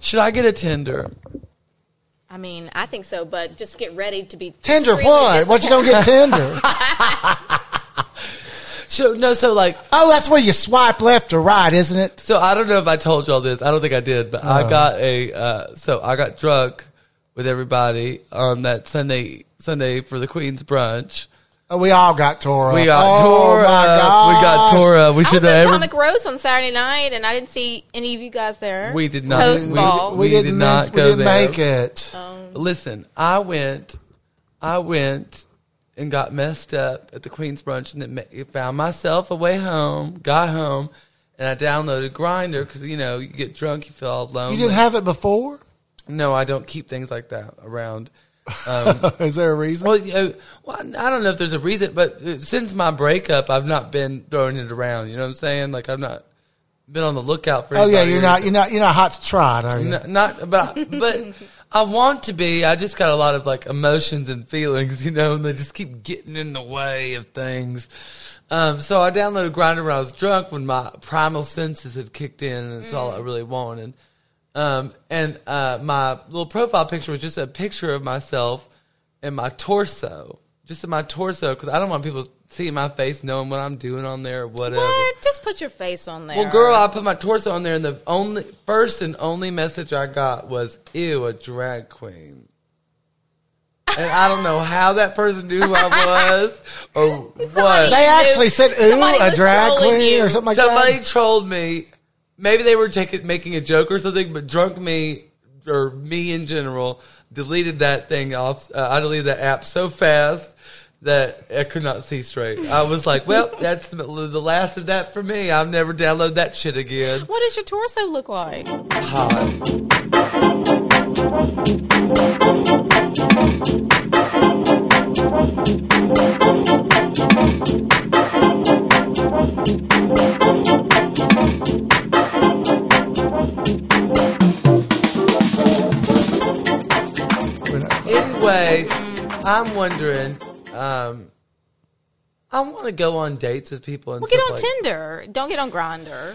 Should I get a Tinder? I mean, I think so, but just get ready to be Tinder extremely what? What you gonna get Tinder? So no, so like, oh, that's where you swipe left or right, isn't it? so I don't know if I told y'all this. I don't think I did, but Uh-huh. I got a. Uh, so I got drunk with everybody on that Sunday Sunday for the Queen's brunch. Oh, we all got tore. We up. got oh, tore My up. We got gosh. tore up. We I was should at have. Atomic Rose on Saturday night, and I didn't see any of you guys there. We did not. Post ball. We, We didn't, did not make- go we didn't there. make it. Oh Listen, I went, I went and got messed up at the Queen's brunch, and then ma- found myself a way home. Got home, and I downloaded Grinder because you know you get drunk, you feel all lonely. you didn't have it before. no, I don't keep things like that around. Mm. Is there a reason? Well, you know, well, I don't know if there's a reason, but uh, since my breakup, I've not been throwing it around. You know what I'm saying? Like I've not been on the lookout for. oh yeah, anybody you're or not. anything. You're not. You're not hot to trot, are you? N- not but I- but I want to be. I just got a lot of like emotions and feelings, you know, and they just keep getting in the way of things. Um, so I downloaded Grinder when I was drunk, when my primal senses had kicked in, and it's all I really wanted. Um, and uh, my little profile picture was just a picture of myself and my torso, just in my torso, because I don't want people seeing my face, knowing what I'm doing on there or whatever. What? Just put your face on there. Well, girl, I put my torso on there, and the only first and only message I got was "ew, a drag queen." And I don't know how that person knew who I was or what. They actually said, "Ooh, Somebody a was drag trolling queen" you. or something like Somebody that. trolled me. Maybe they were taking, making a joke or something, but drunk me or me in general deleted that thing off. Uh, I deleted that app so fast that I could not see straight. I was like, "Well, that's the, the last of that for me. I'll never download that shit again." what does your torso look like? Hot. Anyway, I'm wondering. Um, I want to go on dates with people and Well, get stuff on like- Tinder. Don't get on Grinder.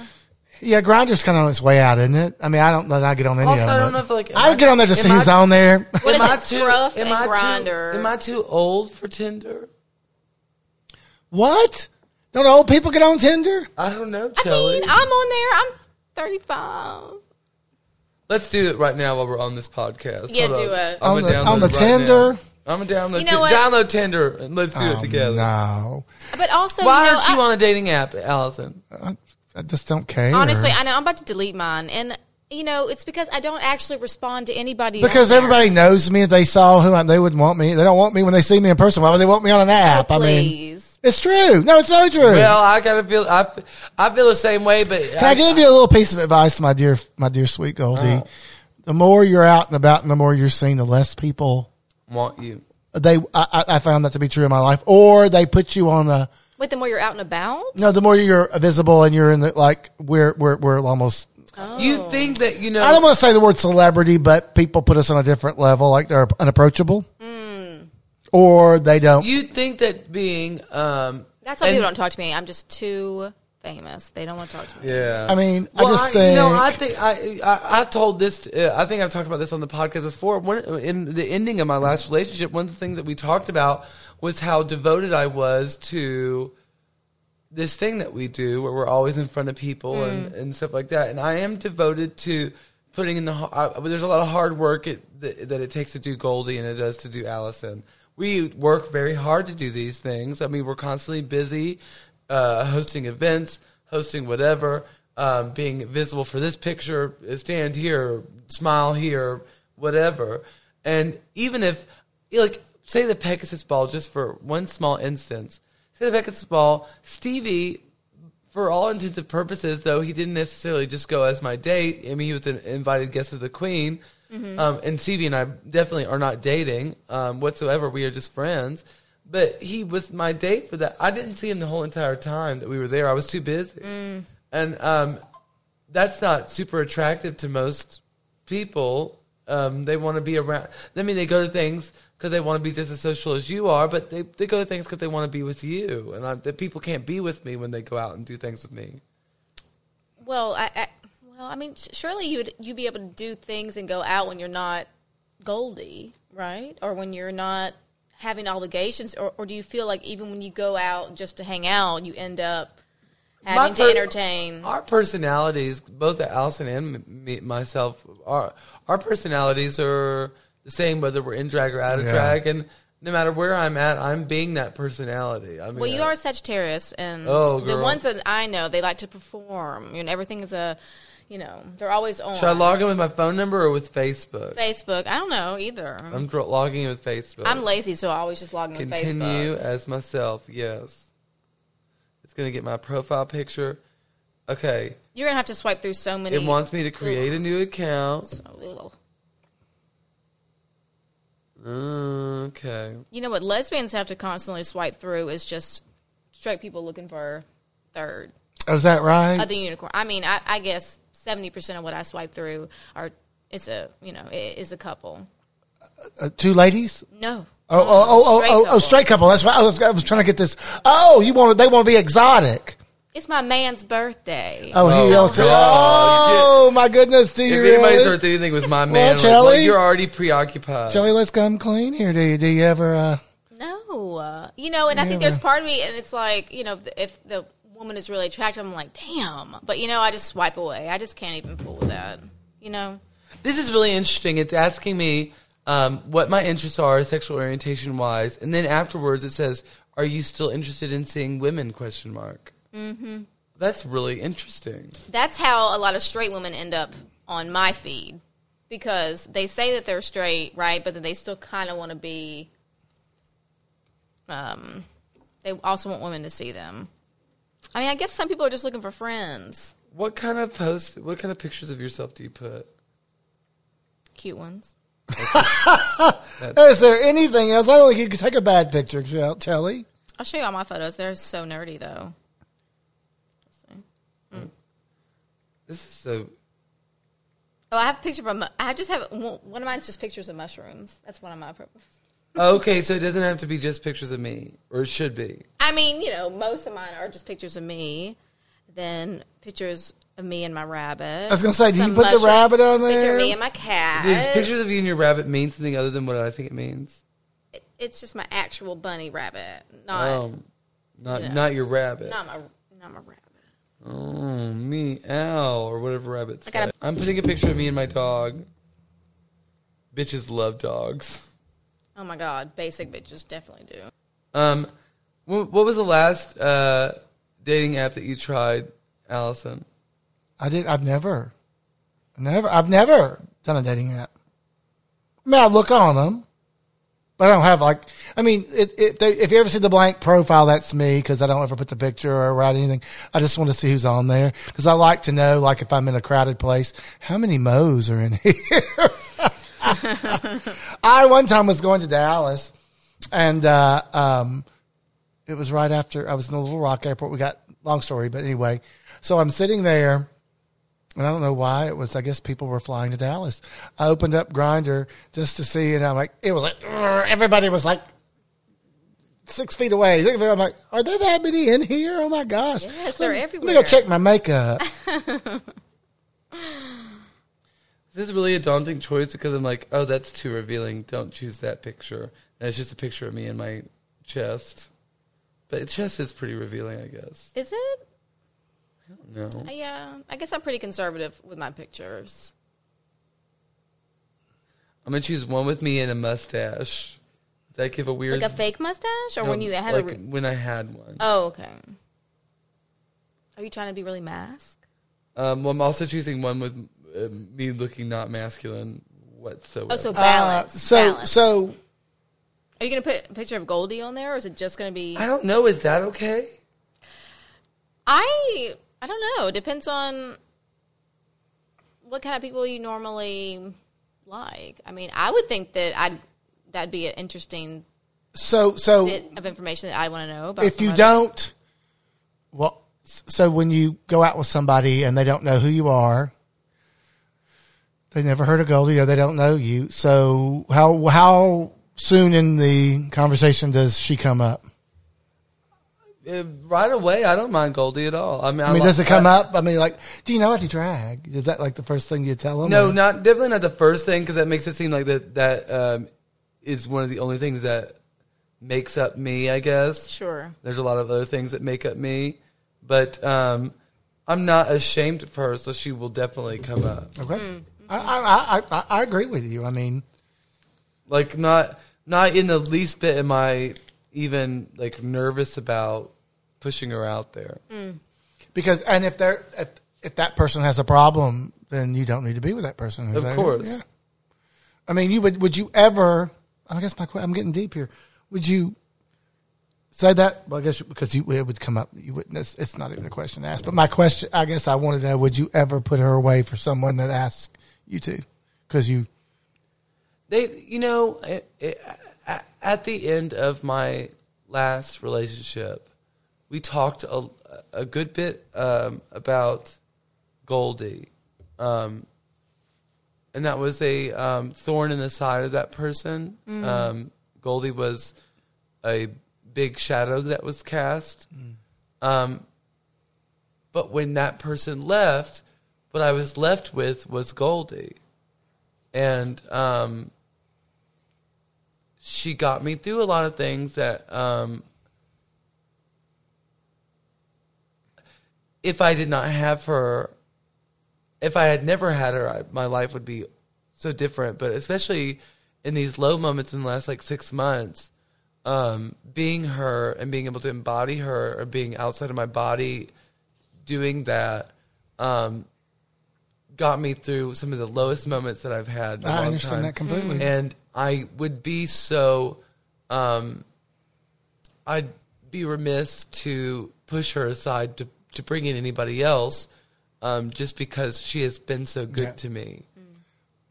Yeah, Grinder's kind of on its way out, isn't it? I mean, I don't know. that I get on any Also, of I don't it. know if, like, am I I- would get on there to see am I- who's on there. What is Am I it? Scruff am and I too- Grinder. am I too old for Tinder? what? Don't old people get on Tinder? I don't know, I Kelly. mean, I'm on there. I'm 35. Let's do it right now while we're on this podcast. Yeah, Hold do it. I'ma On the- download on the it right Tinder? now. I'm a download. You know what? Ti- download Tinder and let's do it Oh, together. No, But also, Why you know, aren't you I- on a dating app, Allison? I, I just don't care. honestly, I know I'm about to delete mine. And, you know, it's because I don't actually respond to anybody. on because there. everybody knows me. If they saw who I, they wouldn't want me. They don't want me when they see me in person. Why would they want me on an app? I mean, Oh, Please. it's true. No, it's so true. Well, I gotta feel. I, I feel the same way, but Can I give you a little piece of advice, my dear, my dear sweet Goldie? Oh. The more you're out and about, and the more you're seen, the less people want you. they. I, I I found that to be true in my life, or they put you on a. Wait, the more you're out and about? No, the more you're visible and you're in the like, we're we're we're almost. You think that you know? I don't want to say the word celebrity, but people put us on a different level, like they're unapproachable, Hmm. or they don't. you think that being um. That's why and- people don't talk to me. I'm just too famous. They don't want to talk to me. Yeah. I mean, I Well, just think. you know, I think I I, I told this. Uh, I think I've talked about this on the podcast before. One in the ending of my last relationship, one of the things that we talked about was how devoted I was to this thing that we do, where we're always in front of people and, and stuff like that. And I am devoted to putting in the. har- I, there's a lot of hard work it, that, that it takes to do Goldie and it does to do Allison. We work very hard to do these things. I mean, we're constantly busy uh, hosting events, hosting whatever, um, being visible for this picture, stand here, smile here, whatever. And even if, like, say the Pegasus Ball, just for one small instance, say the Pegasus Ball, Stevie, for all intents and purposes, though he didn't necessarily just go as my date. I mean, he was an invited guest of the Queen, um, and Stevie and I definitely are not dating um, whatsoever. We are just friends. But he was my date for that. I didn't see him the whole entire time that we were there. I was too busy, and um, that's not super attractive to most people. Um, they want to be around. I mean, they go to things because they want to be just as social as you are, but they, they go to things because they want to be with you. And I, the people can't be with me when they go out and do things with me. Well, I, I well, Well, I mean, s- surely you'd you'd be able to do things and go out when you're not Goldie, right? Or when you're not having obligations, or, or do you feel like even when you go out just to hang out, you end up having to per- entertain? Our personalities, both Allison and me, myself, our our personalities are the same whether we're in drag or out of Yeah. drag, and no matter where I'm at, I'm being that personality. I mean, Well, you I- are Sagittarius, and Oh, the girl. ones that I know, they like to perform. You know, everything is a, you know, they're always on. Should I log in with my phone number or with Facebook? Facebook. I don't know either. I'm, I'm dro- logging in with Facebook. lazy, so I always just log in with Continue Facebook. as myself. Yes, it's gonna get my profile picture. Okay, You're gonna have to swipe through so many. it wants me to create a new account. So little. Okay. You know what lesbians have to constantly swipe through is just straight people looking for third Oh, is that right? other unicorn. I mean, I, I guess seventy percent of what I swipe through are it's a you know i- is a couple. Uh, two ladies. No. Oh, oh, oh, oh, Straight oh, oh, couple. straight couple. That's right. I was, I was trying to get this. Oh, you want? They want to be exotic. It's my man's birthday. Oh, he Oh, also. God. Oh my goodness, do you If anybody's really? heard anything with my man, like, Shelley? like, you're already preoccupied. Joey, let's come clean here. Do you? Do you ever? Uh, No, uh, you know, and I think there's part of me, and it's like you know, if the, if the woman is really attractive, I'm like, damn. But you know, I just swipe away. I just can't even fool with that. You know, This is really interesting. It's asking me um, what my interests are sexual orientation wise, and then afterwards it says, "Are you still interested in seeing women?" Question mark. Mm-hmm. That's really interesting. that's how a lot of straight women end up on my feed because they say that they're straight, right? But then they still kind of want to be. Um, they also want women to see them. I mean, I guess some people are just looking for friends, What kind of post? What kind of pictures of yourself do you put? cute ones. is there anything else? I don't think you could take a bad picture, Shel- Shelley. I'll show you all my photos. They're so nerdy, though. This is so. Oh, I have a picture of a. mu- I just have one one of mine's just pictures of mushrooms. That's one of my. pro- oh, Okay, so it doesn't have to be just pictures of me, or it should be. I mean, you know, most of mine are just pictures of me, then pictures of me and my rabbit. I was gonna say, do you Some put the mushroom- rabbit on Picture there? of me and my cat. Does pictures of you and your rabbit mean something other than what I think it means? It- it's just my actual bunny rabbit, not Oh. Um, not No. not your rabbit. not my not my rabbit. Oh, me, ow, or whatever rabbits. I gotta- I'm putting a picture of me and my dog. Bitches love dogs. Oh my god, basic bitches definitely do. Um, wh- what was the last uh, dating app that you tried, Allison? I did. I've never, never. I've never done a dating app. I mean, I look on them, but I don't have like. I mean, it, it, they, if you ever see the blank profile, that's me because I don't ever put the picture or write anything. I just want to see who's on there because I like to know, like, if I'm in a crowded place, how many mo's are in here. I one time was going to Dallas, and uh, um, it was right after I was in the Little Rock Airport. We got long story, but anyway, so I'm sitting there, and I don't know why it was. I guess people were flying to Dallas. I opened up Grinder just to see, and I'm like, it was like "Urgh," everybody was like six feet away. Look at me, I'm like, are there that many in here? Oh my gosh! Yes, they're everywhere. Let me go check my makeup. This is really a daunting choice because I'm like, oh, that's too revealing. Don't choose that picture. And it's just a picture of me and my chest. But chest is pretty revealing, I guess. Is it? Uh, No. Yeah, I guess I'm pretty conservative with my pictures. I'm going to choose one with me and a mustache. Does that give a weird. Like a fake mustache, or when No, you had like a. re- when I had one. Oh, okay. Are you trying to be really mask? Um, well, I'm also choosing one with uh, me looking not masculine whatsoever. Oh, so Uh, balance. so balance. so Are you going to put a picture of Goldie on there, or is it just going to be? I don't know. Is that okay? I I don't know. It depends on what kind of people you normally like. I mean, I would think that I'd that'd be an interesting so so bit of information that I want to know about. if you somebody. don't, well, s- so when you go out with somebody and they don't know who you are, they never heard of Goldie or they don't know you. So how how soon in the conversation does she come up? uh, right away, I don't mind Goldie at all. I mean, I mean, like- does it come up? I mean, like, do you know how to drag? Is that like the first thing you tell them? No, or- not definitely not the first thing because that makes it seem like that that um, is one of the only things that makes up me. I guess Sure. there's a lot of other things that make up me, but um, I'm not ashamed of her, so she will definitely come up. Okay. I, I, I, I, I agree with you. I mean, Like not not in the least bit am I even like nervous about pushing her out there. because, and if they're, if, if that person has a problem, then you don't need to be with that person. Is Of that it? course. Yeah. I mean, you would, would you ever, I guess my, que- I'm getting deep here. Would you say that? Well, I guess because you, it would come up. You wouldn't, it's, it's not even a question to ask, but my question, I guess I wanted to know, would you ever put her away for someone that asks you to? Cause you, They, you know, i i a at the end of my last relationship, we talked a, a good bit um, about Goldie, um, and that was a um, thorn in the side of that person. Um, Goldie was a big shadow that was cast. Um, but when that person left, what I was left with was Goldie and um, she got me through a lot of things that um, if I did not have her, if I had never had her, I, my life would be so different. But especially in these low moments in the last like six months, um, being her and being able to embody her or being outside of my body, doing that. Um, got me through some of the lowest moments that I've had. In a I long understand time. that completely. And I would be so, um, I'd be remiss to push her aside to to bring in anybody else, um, just because she has been so good Yeah. to me.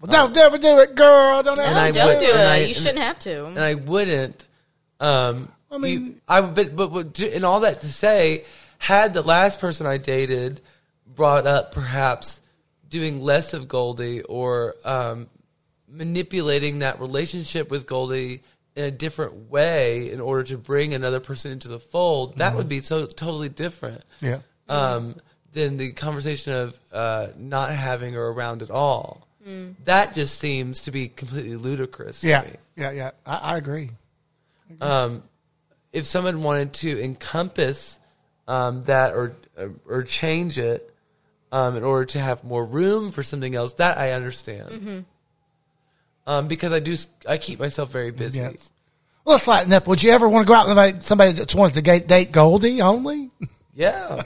well, don't ever do it, girl. Don't ever And No, I don't would- do and it. I- you and- shouldn't have to. and I wouldn't. Um, I mean- you- I would- but, but but to- and all that to say, had the last person I dated brought up perhaps doing less of Goldie or um, manipulating that relationship with Goldie in a different way in order to bring another person into the fold, Mm-hmm. that would be so totally different Yeah. um, than the conversation of uh, not having her around at all. Mm. That just seems to be completely ludicrous. to Yeah. me. Yeah. Yeah. I, I agree. um, if someone wanted to encompass um, that or or change it um, in order to have more room for something else, that I understand. Mm-hmm. Um, because I do, s- I keep myself very busy. Yes. Let's lighten up. Would you ever want to go out with somebody, somebody that's wanted to date, date Goldie only? Yeah,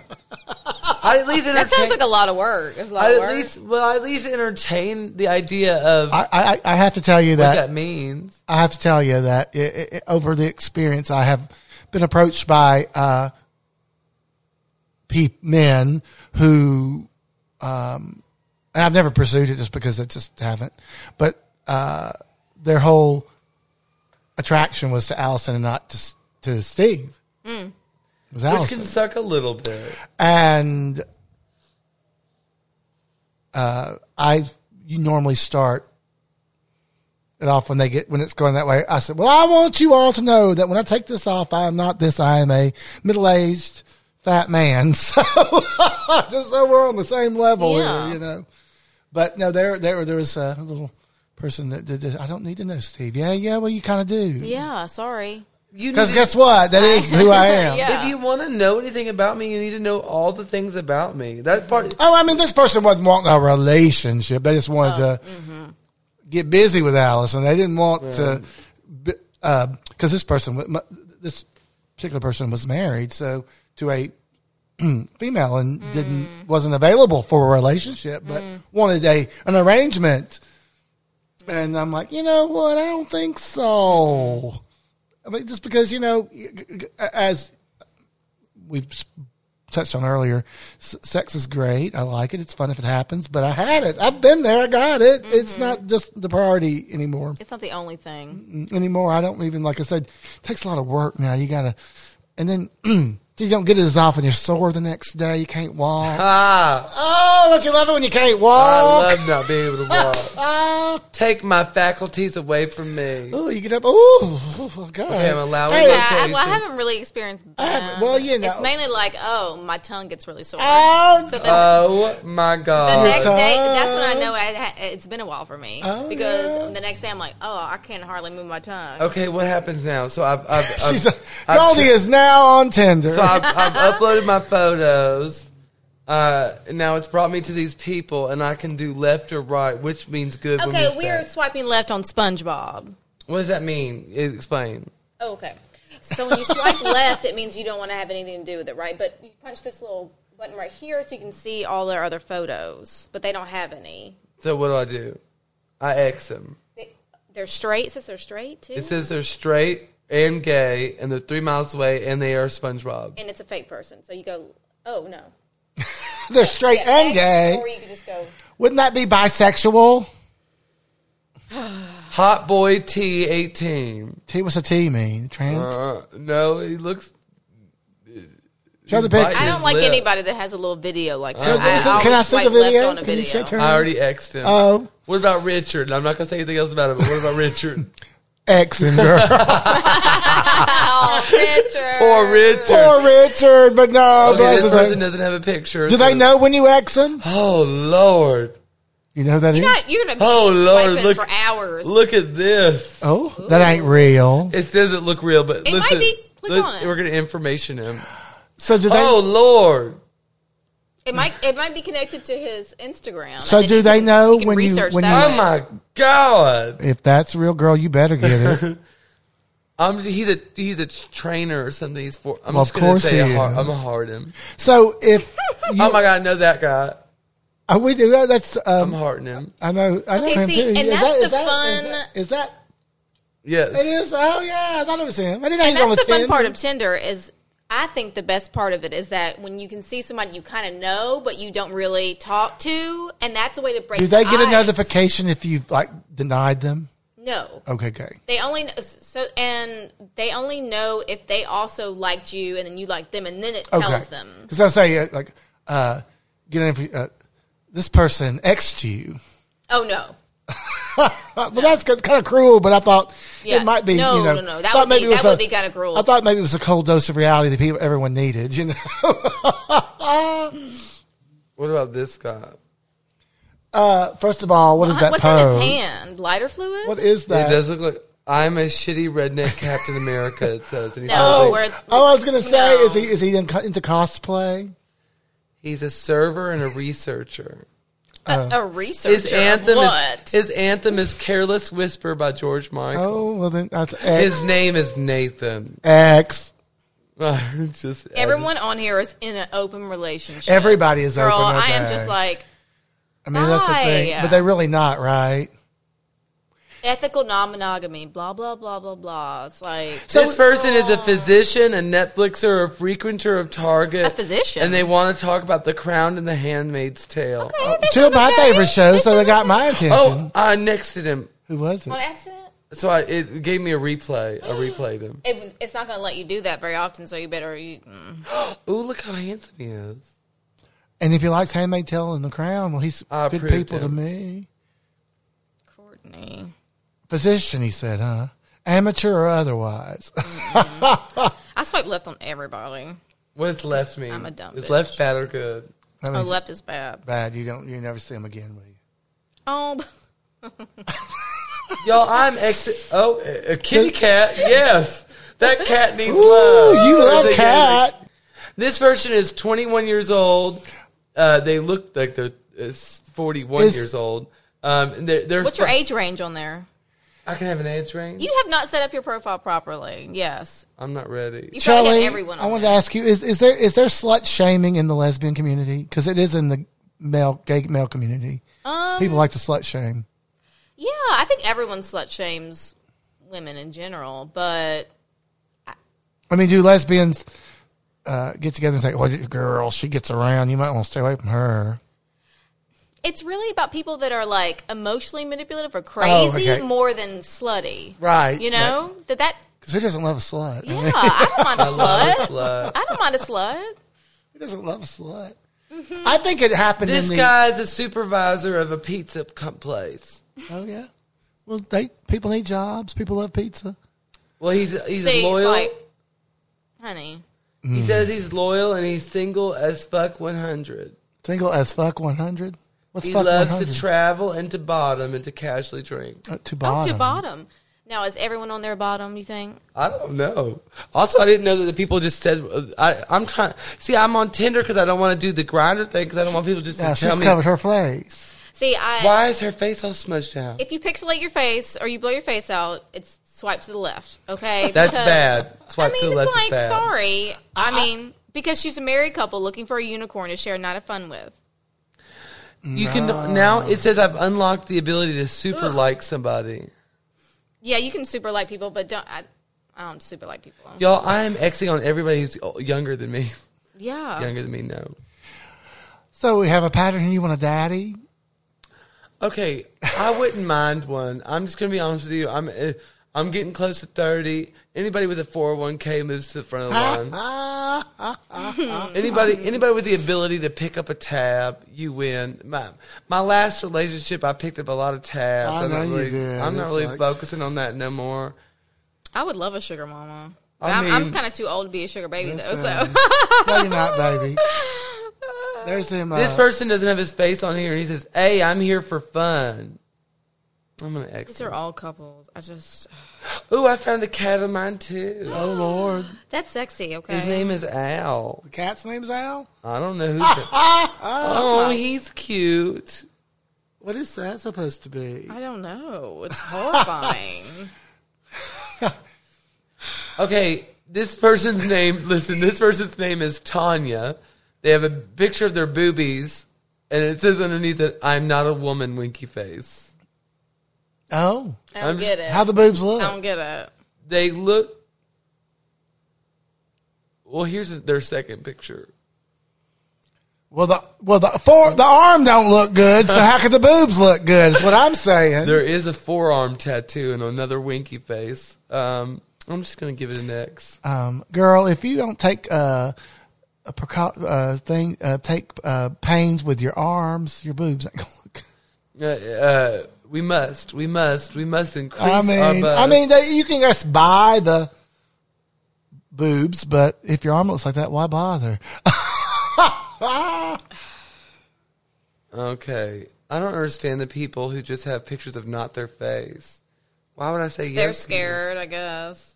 I at least entertain, That sounds like a lot of work. It's a lot I of at work. least well, I at least entertain the idea of I, I, I have to tell you what that, that means. I have to tell you that i i i over the experience, I have been approached by uh, pe- men who, um, and I've never pursued it just because I just haven't, but uh, their whole attraction was to Allison and not to, S- to Steve. It was Which Allison. can suck a little bit. and uh, I you normally start it off when they get when it's going that way. I said, "Well, I want you all to know that when I take this off, I am not this. I am a middle aged fat man." So just so we're on the same level, here, Yeah. you know. But no, there there there was a little person that did. this, I don't need to know Steve. Yeah, yeah. Well, you kind of do yeah, sorry. You because need to- guess what? That is who I am. Yeah. if you want to know anything about me, you need to know all the things about me. That part. Oh, I mean, this person wasn't wanting a relationship. They just wanted to get busy with Allison. They didn't want to, because this person, wa- mu- this particular person was married, so to a female and didn't wasn't available for a relationship, but wanted a an arrangement. And I'm like, you know what? I don't think so. I mean, just because you know, y- g- g- as we've s- touched on earlier, s- sex is great. I like it. It's fun if it happens, but I had it. I've been there. I got it. It's not just the priority anymore. It's not the only thing. Anymore, I don't even like I said. It takes a lot of work now. You gotta, and then You don't get it as often. You're sore the next day. You can't walk. Ah, oh, don't you love it when you can't Oh. walk? I love not being able to walk. Ah. Take my faculties away from me. Oh, you get up. Oh, oh God. Okay, I'm allowing Hey, that. Yeah, I, well, I Location. haven't really experienced. That. I haven't- well, you know. it's mainly like, oh, my tongue gets really sore. Ah. Oh, so then Oh my the Uh, god! next day, that's when I tongue. know I, ha- it's been a while for me Oh, because yeah. Oh, the next day I'm like, oh, I can hardly move my tongue. okay, what happens now? So I've, I've, I've she's a, I've Goldie che- is now on Tinder. um, So I've, I've uploaded my photos. Uh, now it's brought me to these people, and I can do left or right, which means good. what Okay, means we are bad. swiping left on SpongeBob. What does that mean? Is- Explain. Oh, okay. So when you swipe left, it means you don't want to have anything to do with it, right? But you punch this little button right here so you can see all their other photos, but they don't have any. So what do I do? I X them. They, they're straight. It says they're straight too, It says they're straight and gay, and they're three miles away, and they are SpongeBob. and it's a fake person. So you go, oh no, They're straight Yeah, and X, gay. or you could just go. Wouldn't that be bisexual? Hot boy T eighteen. T, what's a T mean? Trans? Uh, no, he looks. Show the picture. I His don't like lip. anybody that has a little video like So that. there's a- I can I always see the swipe left video? on a Can you video. send her- I already X'd him. Oh, what about Richard? I'm not gonna say anything else about him. But what about Richard? X and girl. Oh, Richard. Poor Richard. Poor Richard, but no. Okay, bless this his person heart. doesn't have a picture. Do so- they know when you X them? Oh Lord! You know who that is? You're, not, you're gonna be Oh, Lord, swiping look- for hours. Look at this. Oh, that ain't real. It doesn't look real, but It might listen, be. Click let- on it. we're gonna information him. So do they? oh Lord! It might it might be connected to his Instagram. So And then do you they can- know you can when you- research when that Oh way. my God! If that's real, girl, you better get it. I'm he's a he's a trainer or something. He's for. I'm Well, just of gonna course say he a hard, is. I'm gonna hard him. so if you, oh my God! I know that guy. oh, we do that, that's I'm um, harding him. I know, I know Okay, him see, too. and Is that's that- is the that- fun- Is that, is that Yes. it? Is oh yeah, I thought it was him. I didn't know And he was that's the on the fun 10. part of Tinder is I think the best part of it is that when you can see somebody you kind of know but you don't really talk to, and that's a way to break. Do they the get a ice. notification if you've like denied them? No, Okay, okay. they only kn- so and they only know if they also liked you and then you liked them, and then it tells Okay. them. Because I say uh, like, uh, get in for, uh, this person X'd you. Oh no, Uh, well, that's kind of cruel, but I thought Yeah. it might be. No, you know, no, no. That would thought be- maybe it was that a- would be kinda cruel. I thought maybe it was a cold dose of reality that people everyone needed. You know. What about this guy? uh, first of all, what is Uh-huh. that what's pose? in his hand? Lighter fluid? What is It that? does look like I'm a shitty redneck Captain America. It says, and he's, No, like, we're, oh, I was gonna say, No. is he is he in, into cosplay? he's a server and a researcher. Uh, a, a researcher? His anthem what? is his anthem is "Careless Whisper" by George Michael. Oh, well then that's X. His name is Nathan. X. Just Everyone on here is in an open relationship. Everybody is Girl, open. I am okay. just like I mean, that's the thing, Why? but they're really not, right? ethical non-monogamy. Blah blah blah blah blah. It's like So this person is a physician, a Netflixer, a frequenter of Target, A physician? and they want to talk about The Crown and The Handmaid's Tale. Hey, they Two of sound my okay. favorite shows, so sound it got okay. my attention. Oh, I nexted him, Who was it? on accident. so I, it gave me a replay. I replayed him. It was, it's not going to let you do that very often, so you better. You, mm. Ooh, look how handsome he is. And if he likes Handmaid Tale and The Crown, well, he's I good approved people to him. me. Courtney, Physician, he said, huh? Amateur or otherwise. I swipe left on everybody. What's left mean? I'm a dumb Is bitch. left bad or good? I Oh, mean, left is bad. bad. You don't. You never see him again, will you? Oh, b- Y'all, I'm ex. Oh, a a kitty cat. Yes, that cat needs Ooh, love. you love There's a- cat. This person is 21 years old. Uh, they look like they're uh, 41 Is- years old. Um, and they're, they're what's your fr- age range on there? I can have an age range. You have not set up your profile properly. Yes, I'm not ready. you probably Charlie, have everyone. On I wanted there. to ask you: is is there is there slut shaming in the lesbian community? Because it is in the male gay male community. Um, People like to slut shame. Yeah, I think everyone slut shames women in general, but I mean, do lesbians uh, get together and say, "Well, girl, she gets around. You might want to stay away from her." it's really about people that are Oh, like emotionally manipulative or crazy okay. more than slutty. Right, You know? That that Because who doesn't love a slut? I Yeah, mean, I don't mind a I love slut. slut. I don't mind a slut. who doesn't love a slut? I think it happened This in the. guy's a supervisor of a pizza com- place. Oh yeah. Well, they people need jobs. People love pizza. Well, he's he's See, it's loyal. like, honey, Hmm. he says he's loyal and he's single as fuck. One hundred. Single as fuck. One hundred. What's He fuck loves 100? to travel and to bottom and to casually drink. Uh, to oh, bottom. to bottom. Now is everyone on their bottom? You think? I don't know. Also, I didn't know that the people just said. I, I'm trying. See, I'm on Tinder because I don't want to do the grinder thing because I don't want people just Yeah, to tell she's me covered her face. See, I why is her face all smudged out. if you pixelate your face or you blow your face out, it's swipe to the left. Okay, That's Because- bad. I Swipe mean, to the left is it's like bad. sorry. I mean, because she's a married couple looking for a unicorn to share, not have fun with. You can now. It says I've unlocked the ability to super like somebody. Yeah, you can super like people, but don't. I, I don't super like people. Y'all, I am Xing on everybody who's younger than me. Yeah. Younger than me, no. So we have a pattern. here. You want a daddy? Okay, I wouldn't mind one. I'm just gonna be honest with you. I'm uh, I'm getting close to thirty. Anybody with a 401k moves to the front of the line. Ah, ah, Anybody anybody with the ability to pick up a tab, you win. My my last relationship, I picked up a lot of tabs. I I'm know not you really, did. I'm not It's really like- focusing on that no more. I would love a sugar mama. I But I'm, I'm mean- kind of too old to be a sugar baby Listen. though. So no, you're not, baby. There's him. This uh, person doesn't have his face on here, and he says, "Hey, I'm here for fun." I'm gonna X. these are all couples. I just Ooh, I found a cat of mine too. Oh Lord, that's sexy. Okay. His name is Al. the cat's name's Al. I don't know who. oh, he's cute. What is that supposed to be? I don't know. It's horrifying. Okay, this person's name. Listen, this person's name is Tanya. They have a picture of their boobies, and it says underneath it, "I'm not a woman." Winky face. Oh, I don't I'm just- get it. how the boobs look? Um, I don't get it. They look. Well, here's their second picture. Well, the well the for the arm don't look good. So how could the boobs look good? Is what I'm saying. There is a forearm tattoo and another winky face. Um, I'm just gonna give it an X. um, girl, if you don't take uh, a precau- uh, thing, uh, take uh, pains with your arms, your boobs ain't gonna look. Uh, uh, we must, we must, we must increase. I our mean, buzz. I mean, they, you can just buy the boobs, but if your arm looks like that, why bother? Okay, I don't understand the people who just have pictures of not their face. Why would I say yes? They're to you? scared, I guess.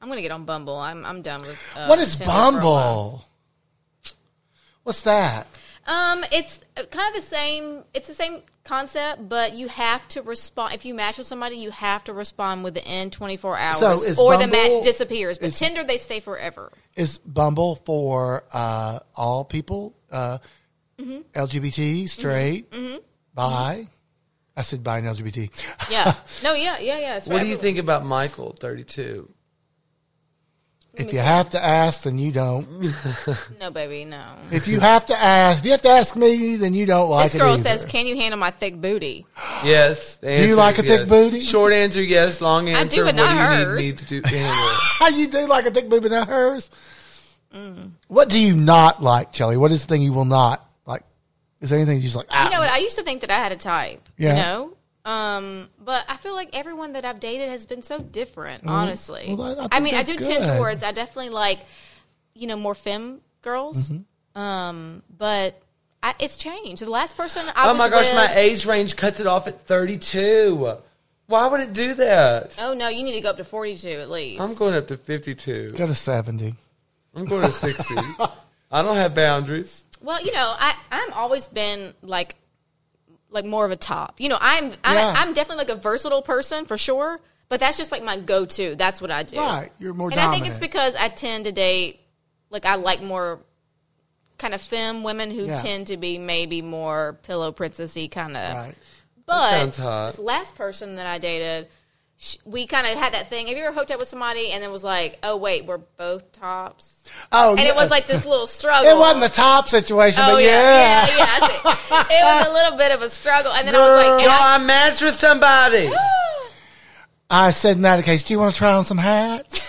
I'm gonna get on Bumble. I'm I'm done with uh, what is Tinder for a while. Bumble? What's that? Um, it's kind of the same. It's the same concept, but you have to respond. If you match with somebody, you have to respond within 24 hours, So is or the Bumble- match disappears. But is- Tinder, they stay forever. Is Bumble for uh, all people? Uh, Mm-hmm. LGBT, straight, bi. I said bi and LGBT. Yeah. no. Yeah. Yeah. Yeah. It's What do you forever. think about Michael, 32? if you have to ask, then you don't. No, baby. No. If you have to ask, if you have to ask me, then you don't like This it girl either. says, "Can you handle my thick booty?" Yes. the answer you like is a thick yes. booty? Short answer, yes. Long answer, but what not do you hers. Need, need to do to handle it? How you do like a thick boob not hers? Mm. What do you not like, Shelly? What is the thing you will not like? Is there anything you just like? Ah, You know what? I used to think that I had a type. Yeah. You know. Um, but I feel like everyone that I've dated has been so different. Honestly, well, I- I I, think mean, I that's do tend good. towards. I definitely like, you know, more femme girls. Mm-hmm. Um, but I, it's changed. The last person Oh I was my gosh, with, my age range cuts it off at 32. Why would it do that? oh no, you need to go up to forty-two at least. I'm going up to 52. go to seventy. I'm going to 60. I don't have boundaries. Well, you know, I I'm always been like like more of a top. You know, I'm I'm, Yeah. I'm definitely like a versatile person for sure, but that's just like my go-to. That's what I do. Right, you're more. And I dominant. think it's because I tend to date like I like more kind of femme women who Yeah. tend to be maybe more pillow princessy kind of. Right. But sounds hot. this last person that I dated, sh we kind of had that thing. Have you ever hooked up with somebody and then was like, "Oh wait, we're both tops," Oh, and yeah. it was like this little struggle. it wasn't the top situation, Oh but yeah, yeah, yeah, yeah. I see. It was a little bit of a struggle, and then I was Y'all, like, and I, I matched with somebody. I said in that case, do you want to try on some hats?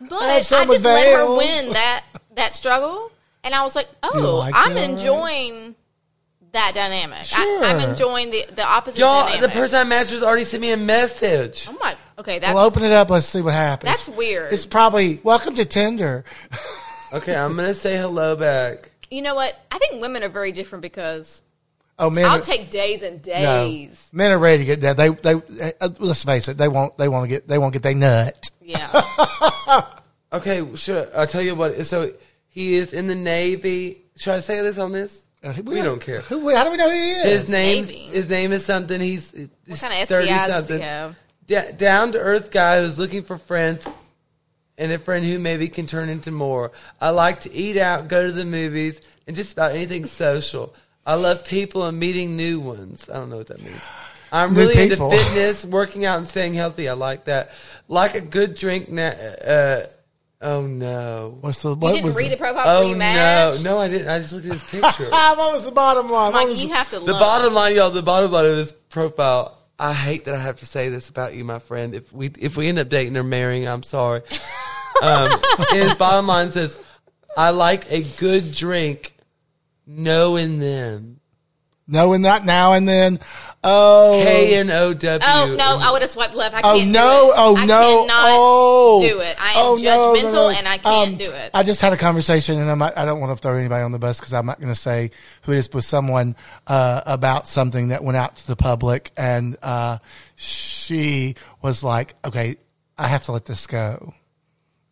But I I, have some just let her avails. win that that struggle, and I was like, You oh, like I'm that, right? enjoying that dynamic. I, I'm Sure. enjoying the the opposite. Y'all, dynamic. the person I matched with already sent me a message. I'm like, okay, that's we'll open it up. Let's see what happens. that's weird. It's probably welcome to Tinder. Okay, I'm gonna say hello back. you know what? I think women are very different because Oh man, I'll take days and no. days. men are ready to get that. They they uh, let's face it, they won't they won't get they won't get they nut. Yeah, Okay, sure. I'll tell you what. So he is in the Navy. Should I say this on this? Uh, We don't care. Who, how do we know who he is? His name, Navy. his name is something. He's what kind of thirty STIs does he something. have? down to earth guy who's looking for friends and a friend who maybe can turn into more. I like to eat out, go to the movies, and just about anything social. I love people and meeting new ones. I don't know what that means. I'm New really people. into fitness, working out, and staying healthy. I like that. Like a good drink. Na- uh, oh no. What's the, You what didn't was read the the, profile before Oh you matched. no. No, I didn't. I just looked at his picture. Ah, what was the bottom line? What Mike, was you the- have to The look. bottom line, y'all. The bottom line of this profile. I hate that I have to say this about you, my friend. If we if we end up dating or marrying, I'm sorry. Um, his bottom line says, "I like a good drink, no and then knowing that now and then. Oh, K N O W." Oh no! I would have swiped left. I Oh can't do no! it. Oh I no! Cannot oh, do it. I am Oh, no, no, judgmental no. and I can't Um, do it. I just had a conversation, and I'm not, I don't want to throw anybody on the bus because I'm not going to say who it is, but someone uh, about something that went out to the public, and uh, she was like, "Okay, I have to let this go."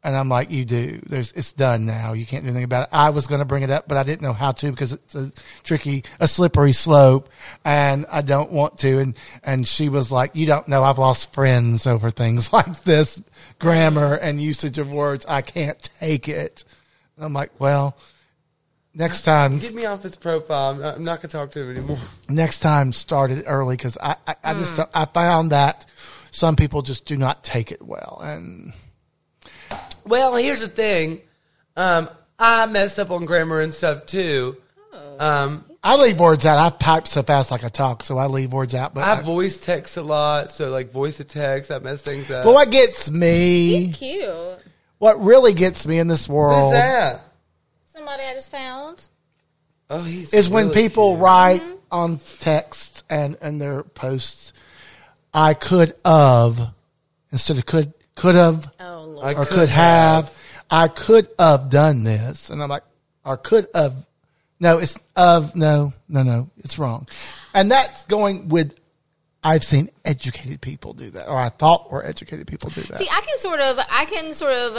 And I'm like, you do. There's, it's done now. You can't do anything about it. I was going to bring it up, but I didn't know how to because it's a tricky, a slippery slope, and I don't want to. And and she was like, you don't know. I've lost friends over things like this, grammar and usage of words. I can't take it. And I'm like, well, next time, Get me off his profile. I'm, I'm not gonna talk to him anymore. next time, start it early because I, I, I just, don't- I found that some people just do not take it well, and Well, here's the thing. Um, I mess up on grammar and stuff too. Um, I leave words out. I type so fast like I talk, so I leave words out. But I I- voice text a lot, so like voice to text, I mess things up. But what gets He's me, cute. what really gets me in this Who's world, is that? Somebody I just found. Oh, he's when really people cute. Mm-hmm. write on texts and and their posts, "I could of" instead of "could could have" Oh lord. I or "could have." I could have done this, and I'm like, or could have. No, it's of. No, no, no, it's wrong, and that's going with. I've seen educated people do that, or I thought were educated people do that. See, I can sort of, I can sort of,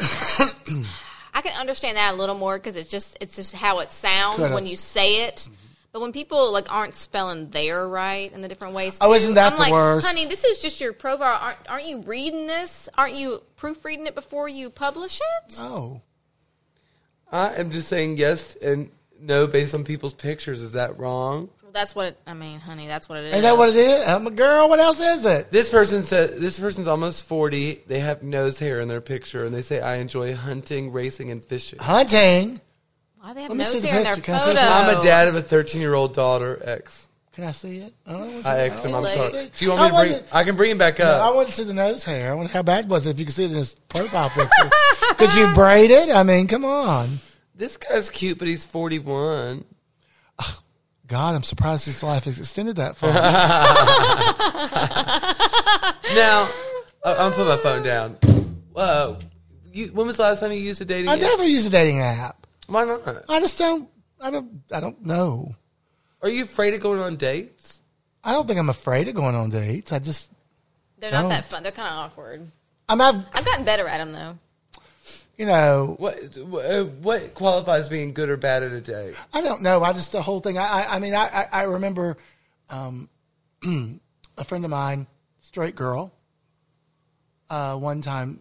I can understand that a little more because it's just, it's just how it sounds Coulda. when you say it. But when people like aren't spelling their right in the different ways, Oh, too, isn't that I'm the like, worst? Honey, this is just your profile. Aren't, aren't you reading this? Aren't you proofreading it before you publish it? oh. I am just saying yes and no based on people's pictures. Is that wrong? Well, that's what it, I mean, honey. That's what it is. Ain't that what it is? I'm a girl. What else is it? This person said this person's almost forty. They have nose hair in their picture, and they say I enjoy hunting, racing, and fishing. Hunting. Why they have Let me see nose the hair in their picture. Can I see photo? the- I'm a dad of a thirteen-year-old daughter. X. Can I see it? Oh, I don't want I to- X him. I'm Too late. sorry. Do you want me to bring? I can bring him back I up. want to see the nose hair. I wonder how bad was it if you could see it in his profile picture. could you braid it? I mean, come on. This guy's cute, but he's forty-one. God, I'm surprised his life is extended that far. Now, oh, I'm gonna put my phone down. Whoa. You, when was the last time you used a dating? I app? never use a dating app. Why not? I just don't. I don't. I don't know. Are you afraid of going on dates? I don't think I'm afraid of going on dates. I just. They're not that Don't. fun. They're kind of awkward. I'm. I've, I've gotten better at them though. you know. What uh, what qualifies being good or bad at a date? I don't know. I just the whole thing. I I, I mean, I, I I remember, um, a friend of mine, straight girl. Uh, one time,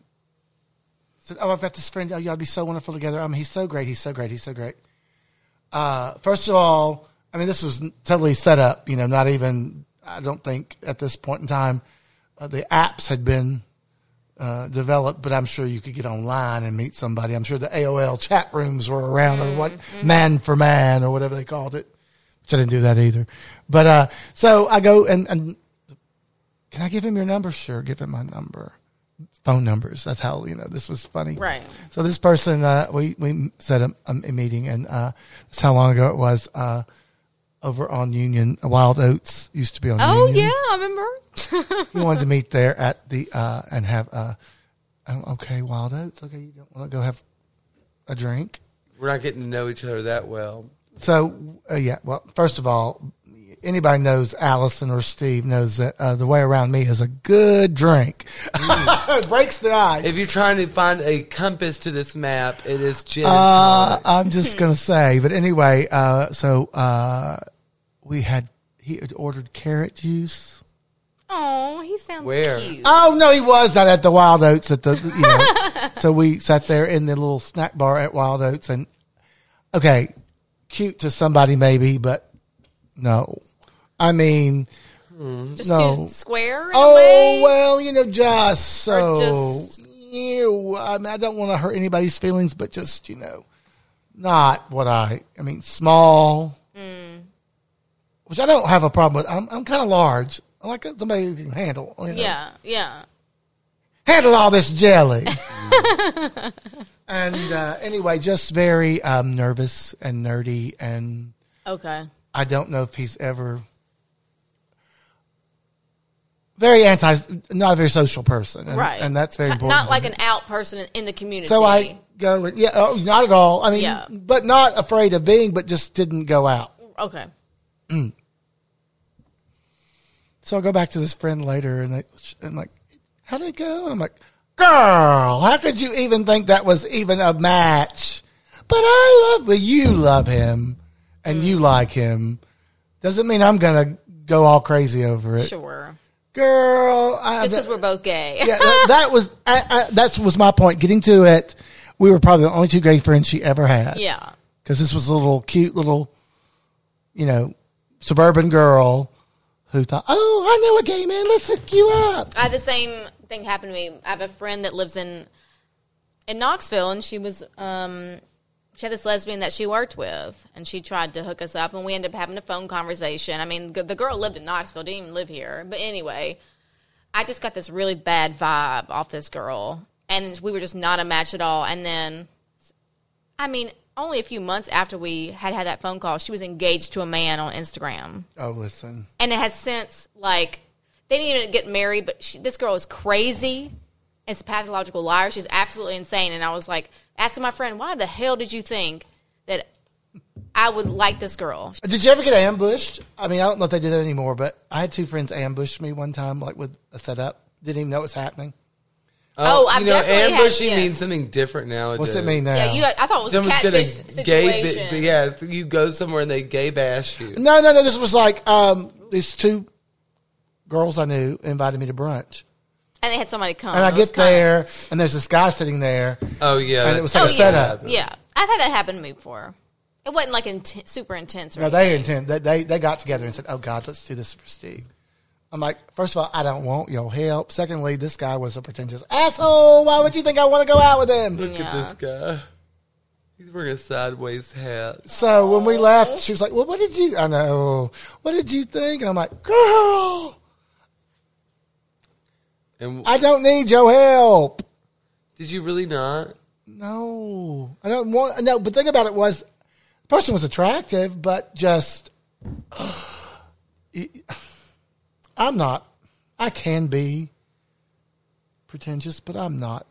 said, "Oh, I've got this friend. Oh, y'all be so wonderful together. I mean, he's so great. He's so great. He's so great." Uh, first of all, I mean, this was totally set up. You know, not even. I don't think at this point in time, uh, the apps had been uh, developed, but I'm sure you could get online and meet somebody. I'm sure the AOL chat rooms were around or what Mm-hmm. man for man or whatever they called it, which I didn't do that either. But, uh, so I go and, and Can I give him your number? Sure, give him my number. Phone numbers. That's how you know this was funny. Right. So this person, uh, we we set a, a meeting, and uh, that's how long ago it was. Uh, over on Union, Wild Oats used to be on. Oh Union. yeah, I remember. You wanted to meet there at the uh, and have uh, um, okay, Wild Oats. Okay, you don't want to go have a drink. We're not getting to know each other that well. So uh, yeah, well, first of all, anybody knows Allison or Steve knows that uh, the way around me is a good drink. it breaks the ice. If you're trying to find a compass to this map, it is gin. and Uh, tonic. I'm just gonna say, but anyway, uh, so uh, we had he had ordered carrot juice. oh, he sounds Where? cute. Oh no, he was not at the Wild Oats at the you know. so we sat there in the little snack bar at Wild Oats, and okay, cute to somebody maybe, but no, I mean. Just no. too square in a Oh way. well, you know, just so. Or just- Ew, I mean, I don't want to hurt anybody's feelings, but just you know, not what I. I mean, small, Mm. which I don't have a problem with. I'm I'm kind of large. I like somebody who can handle. you know. Yeah, yeah. handle all this jelly. and uh, anyway, just very um, nervous and nerdy, and Okay. I don't know if he's ever very anti, not a very social person, and, right. And that's very Not- important. Not to like me. an out person in- in the community. so I go, yeah, oh, not at all. I mean, Yeah. but not afraid of being, but just didn't go out. okay. So I go back to this friend later, and I, I'm like, "How did it go?" And I'm like, "Girl, how could you even think that was even a match?" But I love, but you love him, and you like him. Doesn't mean I'm gonna go all crazy over it, Sure. girl. I, Just because we're both gay. yeah, that, that was I, I, that was my point. Getting to it, we were probably the only two gay friends she ever had yeah. because this was a little cute little, you know, suburban girl who thought, "Oh, I know a gay man. Let's hook you up." I had the same thing happen to me. I have a friend that lives in in Knoxville, and she was um, she had this lesbian that she worked with, and she tried to hook us up, and we ended up having a phone conversation. I mean, g- the girl lived in Knoxville, didn't even live here, but anyway, I just got this really bad vibe off this girl, and we were just not a match at all. And then, I mean, only a few months after we had had that phone call, she was engaged to a man on Instagram Oh, listen, and it has since like they didn't even get married but she, this girl is crazy it's a pathological liar she's absolutely insane and i was like asking my friend why the hell did you think that i would like this girl did you ever get ambushed? I mean, I don't know if they did it anymore, but I had two friends ambush me one time, like with a setup. Didn't even know what's happening. Oh, I've you know, definitely had- ambushing yes. means something different nowadays. What's it mean now? yeah you i thought it was a Someone's gonna catfish gay, bi- situation yeah. so You go somewhere and they gay bash you. No, no, no. This was like um, these two girls I knew invited me to brunch, and they had somebody come and I It Oh, was get kinda- there, and there's this guy sitting there. Oh yeah, And it was that's- like oh a yeah setup. yeah i've had that happen to me before it wasn't like inten- super intense or No, anything. they intend they, they they got together and said, "Oh God, let's do this for Steve." I'm like, first of all, I don't want your help. Secondly, this guy was a pretentious asshole. Why would you think I want to go out with him? Look at this guy. He's wearing a sideways hat. So when we left, she was like, "Well, what did you?" I know. What did you think? And I'm like, "Girl, And I don't need your help. did you really not? No, I don't want. No, but think about it. Was the person was attractive, but just I'm not. I can be pretentious, but I'm not.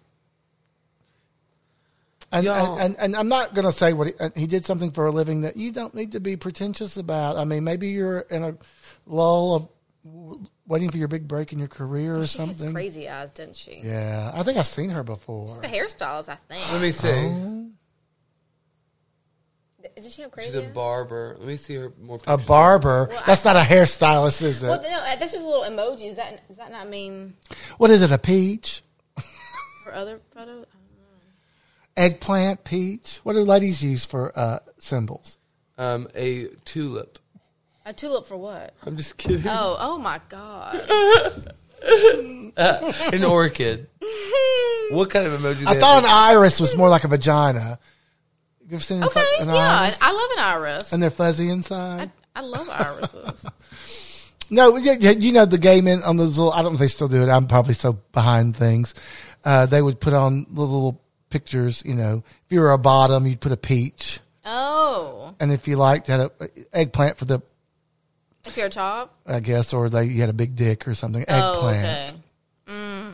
And, Y'all- and, and, and I'm not going to say what he, uh, he did something for a living that you don't need to be pretentious about. I mean, maybe you're in a lull of w- waiting for your big break in your career or she has something. crazy eyes didn't she Yeah, I think I've seen her before. she's a hairstylist i think Let me see. Oh. did she have She's crazy a eyes? barber. Let me see her more. A barber. Well, I- That's not a hairstylist, is it? Well, no, uh, that's just a little emoji. Is that does that not mean what is it? A peach? her other photo? Eggplant peach? What do ladies use for uh, symbols? um, a tulip. A tulip for what? I'm just kidding. Oh, oh my god! An orchid. what kind of emoji? I they thought have? an iris was more like a vagina. You ever seen an- Okay, an yeah, iris? I love an iris. And they're fuzzy inside. I love irises. No, you, you know the gay men on those little. I don't know if they still do it. I'm probably so behind things. Uh, they would put on little, little pictures. You know, if you were a bottom, you'd put a peach, Oh, and if you liked, had a eggplant for the, if you're top. I guess, or they you had a big dick or something. Oh, Eggplant. okay.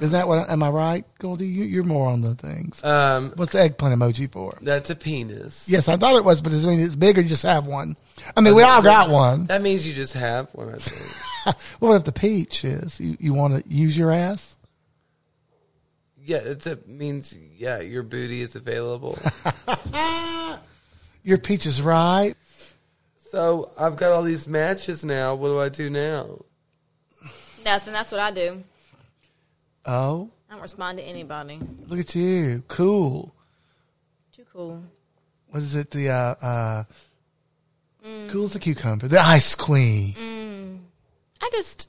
Isn't that what? Am I right, Goldie? You, you're more on the things. Um, What's the eggplant emoji for? that's a penis. Yes, I thought it was, but does it mean it's big or you just have one? I mean, we all got one. That means you just have one. I think. Well, what if the peach is? You, you want to use your ass? Yeah, it's a means. Yeah, your booty is available. Your peach is right. so I've got all these matches now. What do I do now? Nothing. That's what I do. Oh, I don't respond to anybody. look at you. Cool. Too cool. What is it? The, uh, uh, cool as a cucumber. The ice queen. I just,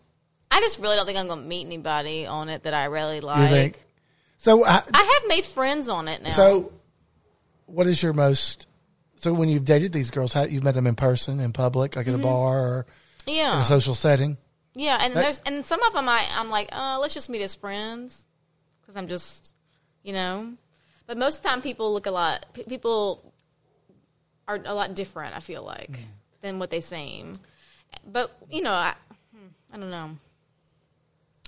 I just really don't think I'm gonna meet anybody on it that I really You like. think? So, I, I have made friends on it now. so what is your most, so when you've dated these girls, how you've met them in person, in public, like at a bar or yeah, a social setting? yeah, and there's and some of them I I'm like, uh, let's just meet as friends because I'm just, you know, but most of the time people look a lot. P- people are a lot different. I feel like than what they seem, but you know, I, hmm, I don't know.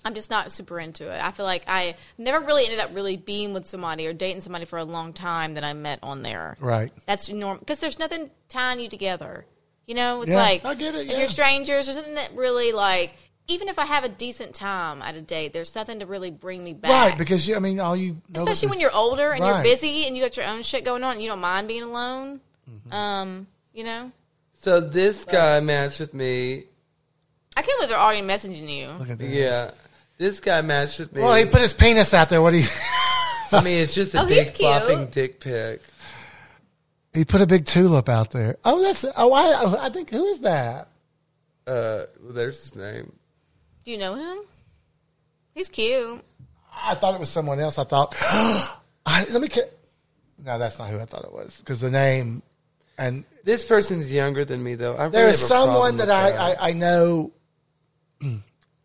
I'm just not super into it. I feel like I never really ended up really being with somebody or dating somebody for a long time that I met on there. Right. That's normal because there's nothing tying you together. You know, it's Yeah, like I get it, If yeah. you're strangers, there's nothing that really like. Even if I have a decent time at a date, there's nothing to really bring me back. Right. Because you, I mean, all you, know especially is- when you're older and Right. you're busy and you got your own shit going on and you don't mind being alone. Mm-hmm. Um, you know, So this guy matched with me. I can't believe they're already messaging you. Look at that. Yeah, this guy matched with me. Well, he put his penis out there. What do you? I mean, it's just a Oh, he's big cute. flopping dick pic. He put a big tulip out there. Oh, that's. Oh, I. I think who is that? Uh, well, there's his name. Do you know him? He's cute. I thought it was someone else. I thought. I, let me. ca- No, that's not who I thought it was because the name, and This person's younger than me, though. I really there is have a someone problem that with I, I I know.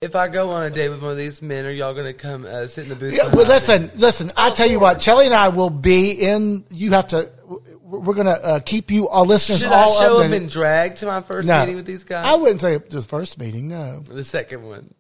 If I go on a date with one of these men, are y'all gonna come uh, sit in the booth? Yeah, well, behind me? listen, listen. I tell you what, Chelly and I will be in. You have to. w- We're gonna uh, keep you all listeners Should I all show up updated. in drag to my first No. meeting with these guys? I wouldn't say the first meeting. No, the second one.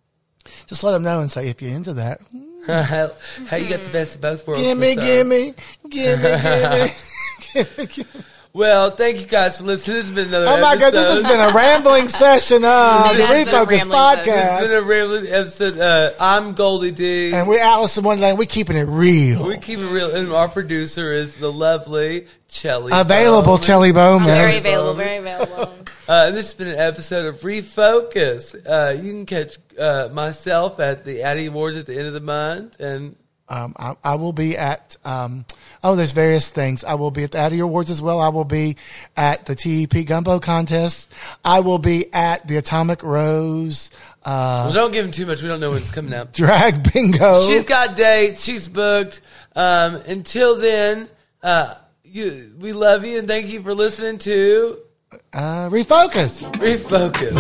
just let them know and say if you're into that. How you got the best of both worlds? Gimme, Miss, uh, gimme, gimme, gimme. Gimme, gimme. Well, thank you guys for listening. This has been another. Oh my god, this has episode. been a rambling session of the This has been a Refocus rambling This has podcast. been a rambling episode. Uh, I'm Goldie D. And we're Alice in Wonderland. We're keeping it real. we keep it real, and our producer is the lovely Chelly. Available, Bowman. Chelly Bowman. Very available. Very available. Uh, this has been an episode of Refocus. Uh, you can catch uh, myself at the Addy Awards at the end of the month, and Um, I, I will be at, um, oh, there's various things. I will be at the Addy Awards as well. I will be at the TEP Gumbo Contest. I will be at the Atomic Rose uh, well, don't give him too much. We don't know when's coming out. Drag Bingo. She's got dates. She's booked. Um, until then, uh, you, we love you and thank you for listening to uh, refocus. Refocus.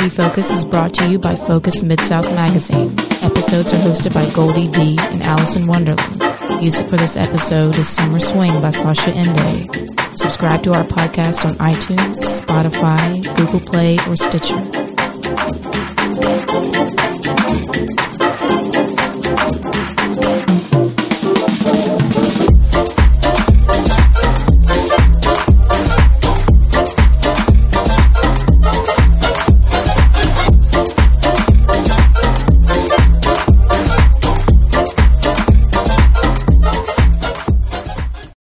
Refocus is brought to you by Focus Mid South Magazine. Episodes are hosted by Goldie D and Alice in Wonderland. Music for this episode is Summer Swing by Sasha Ende. Subscribe to our podcast on iTunes, Spotify, Google Play, or Stitcher.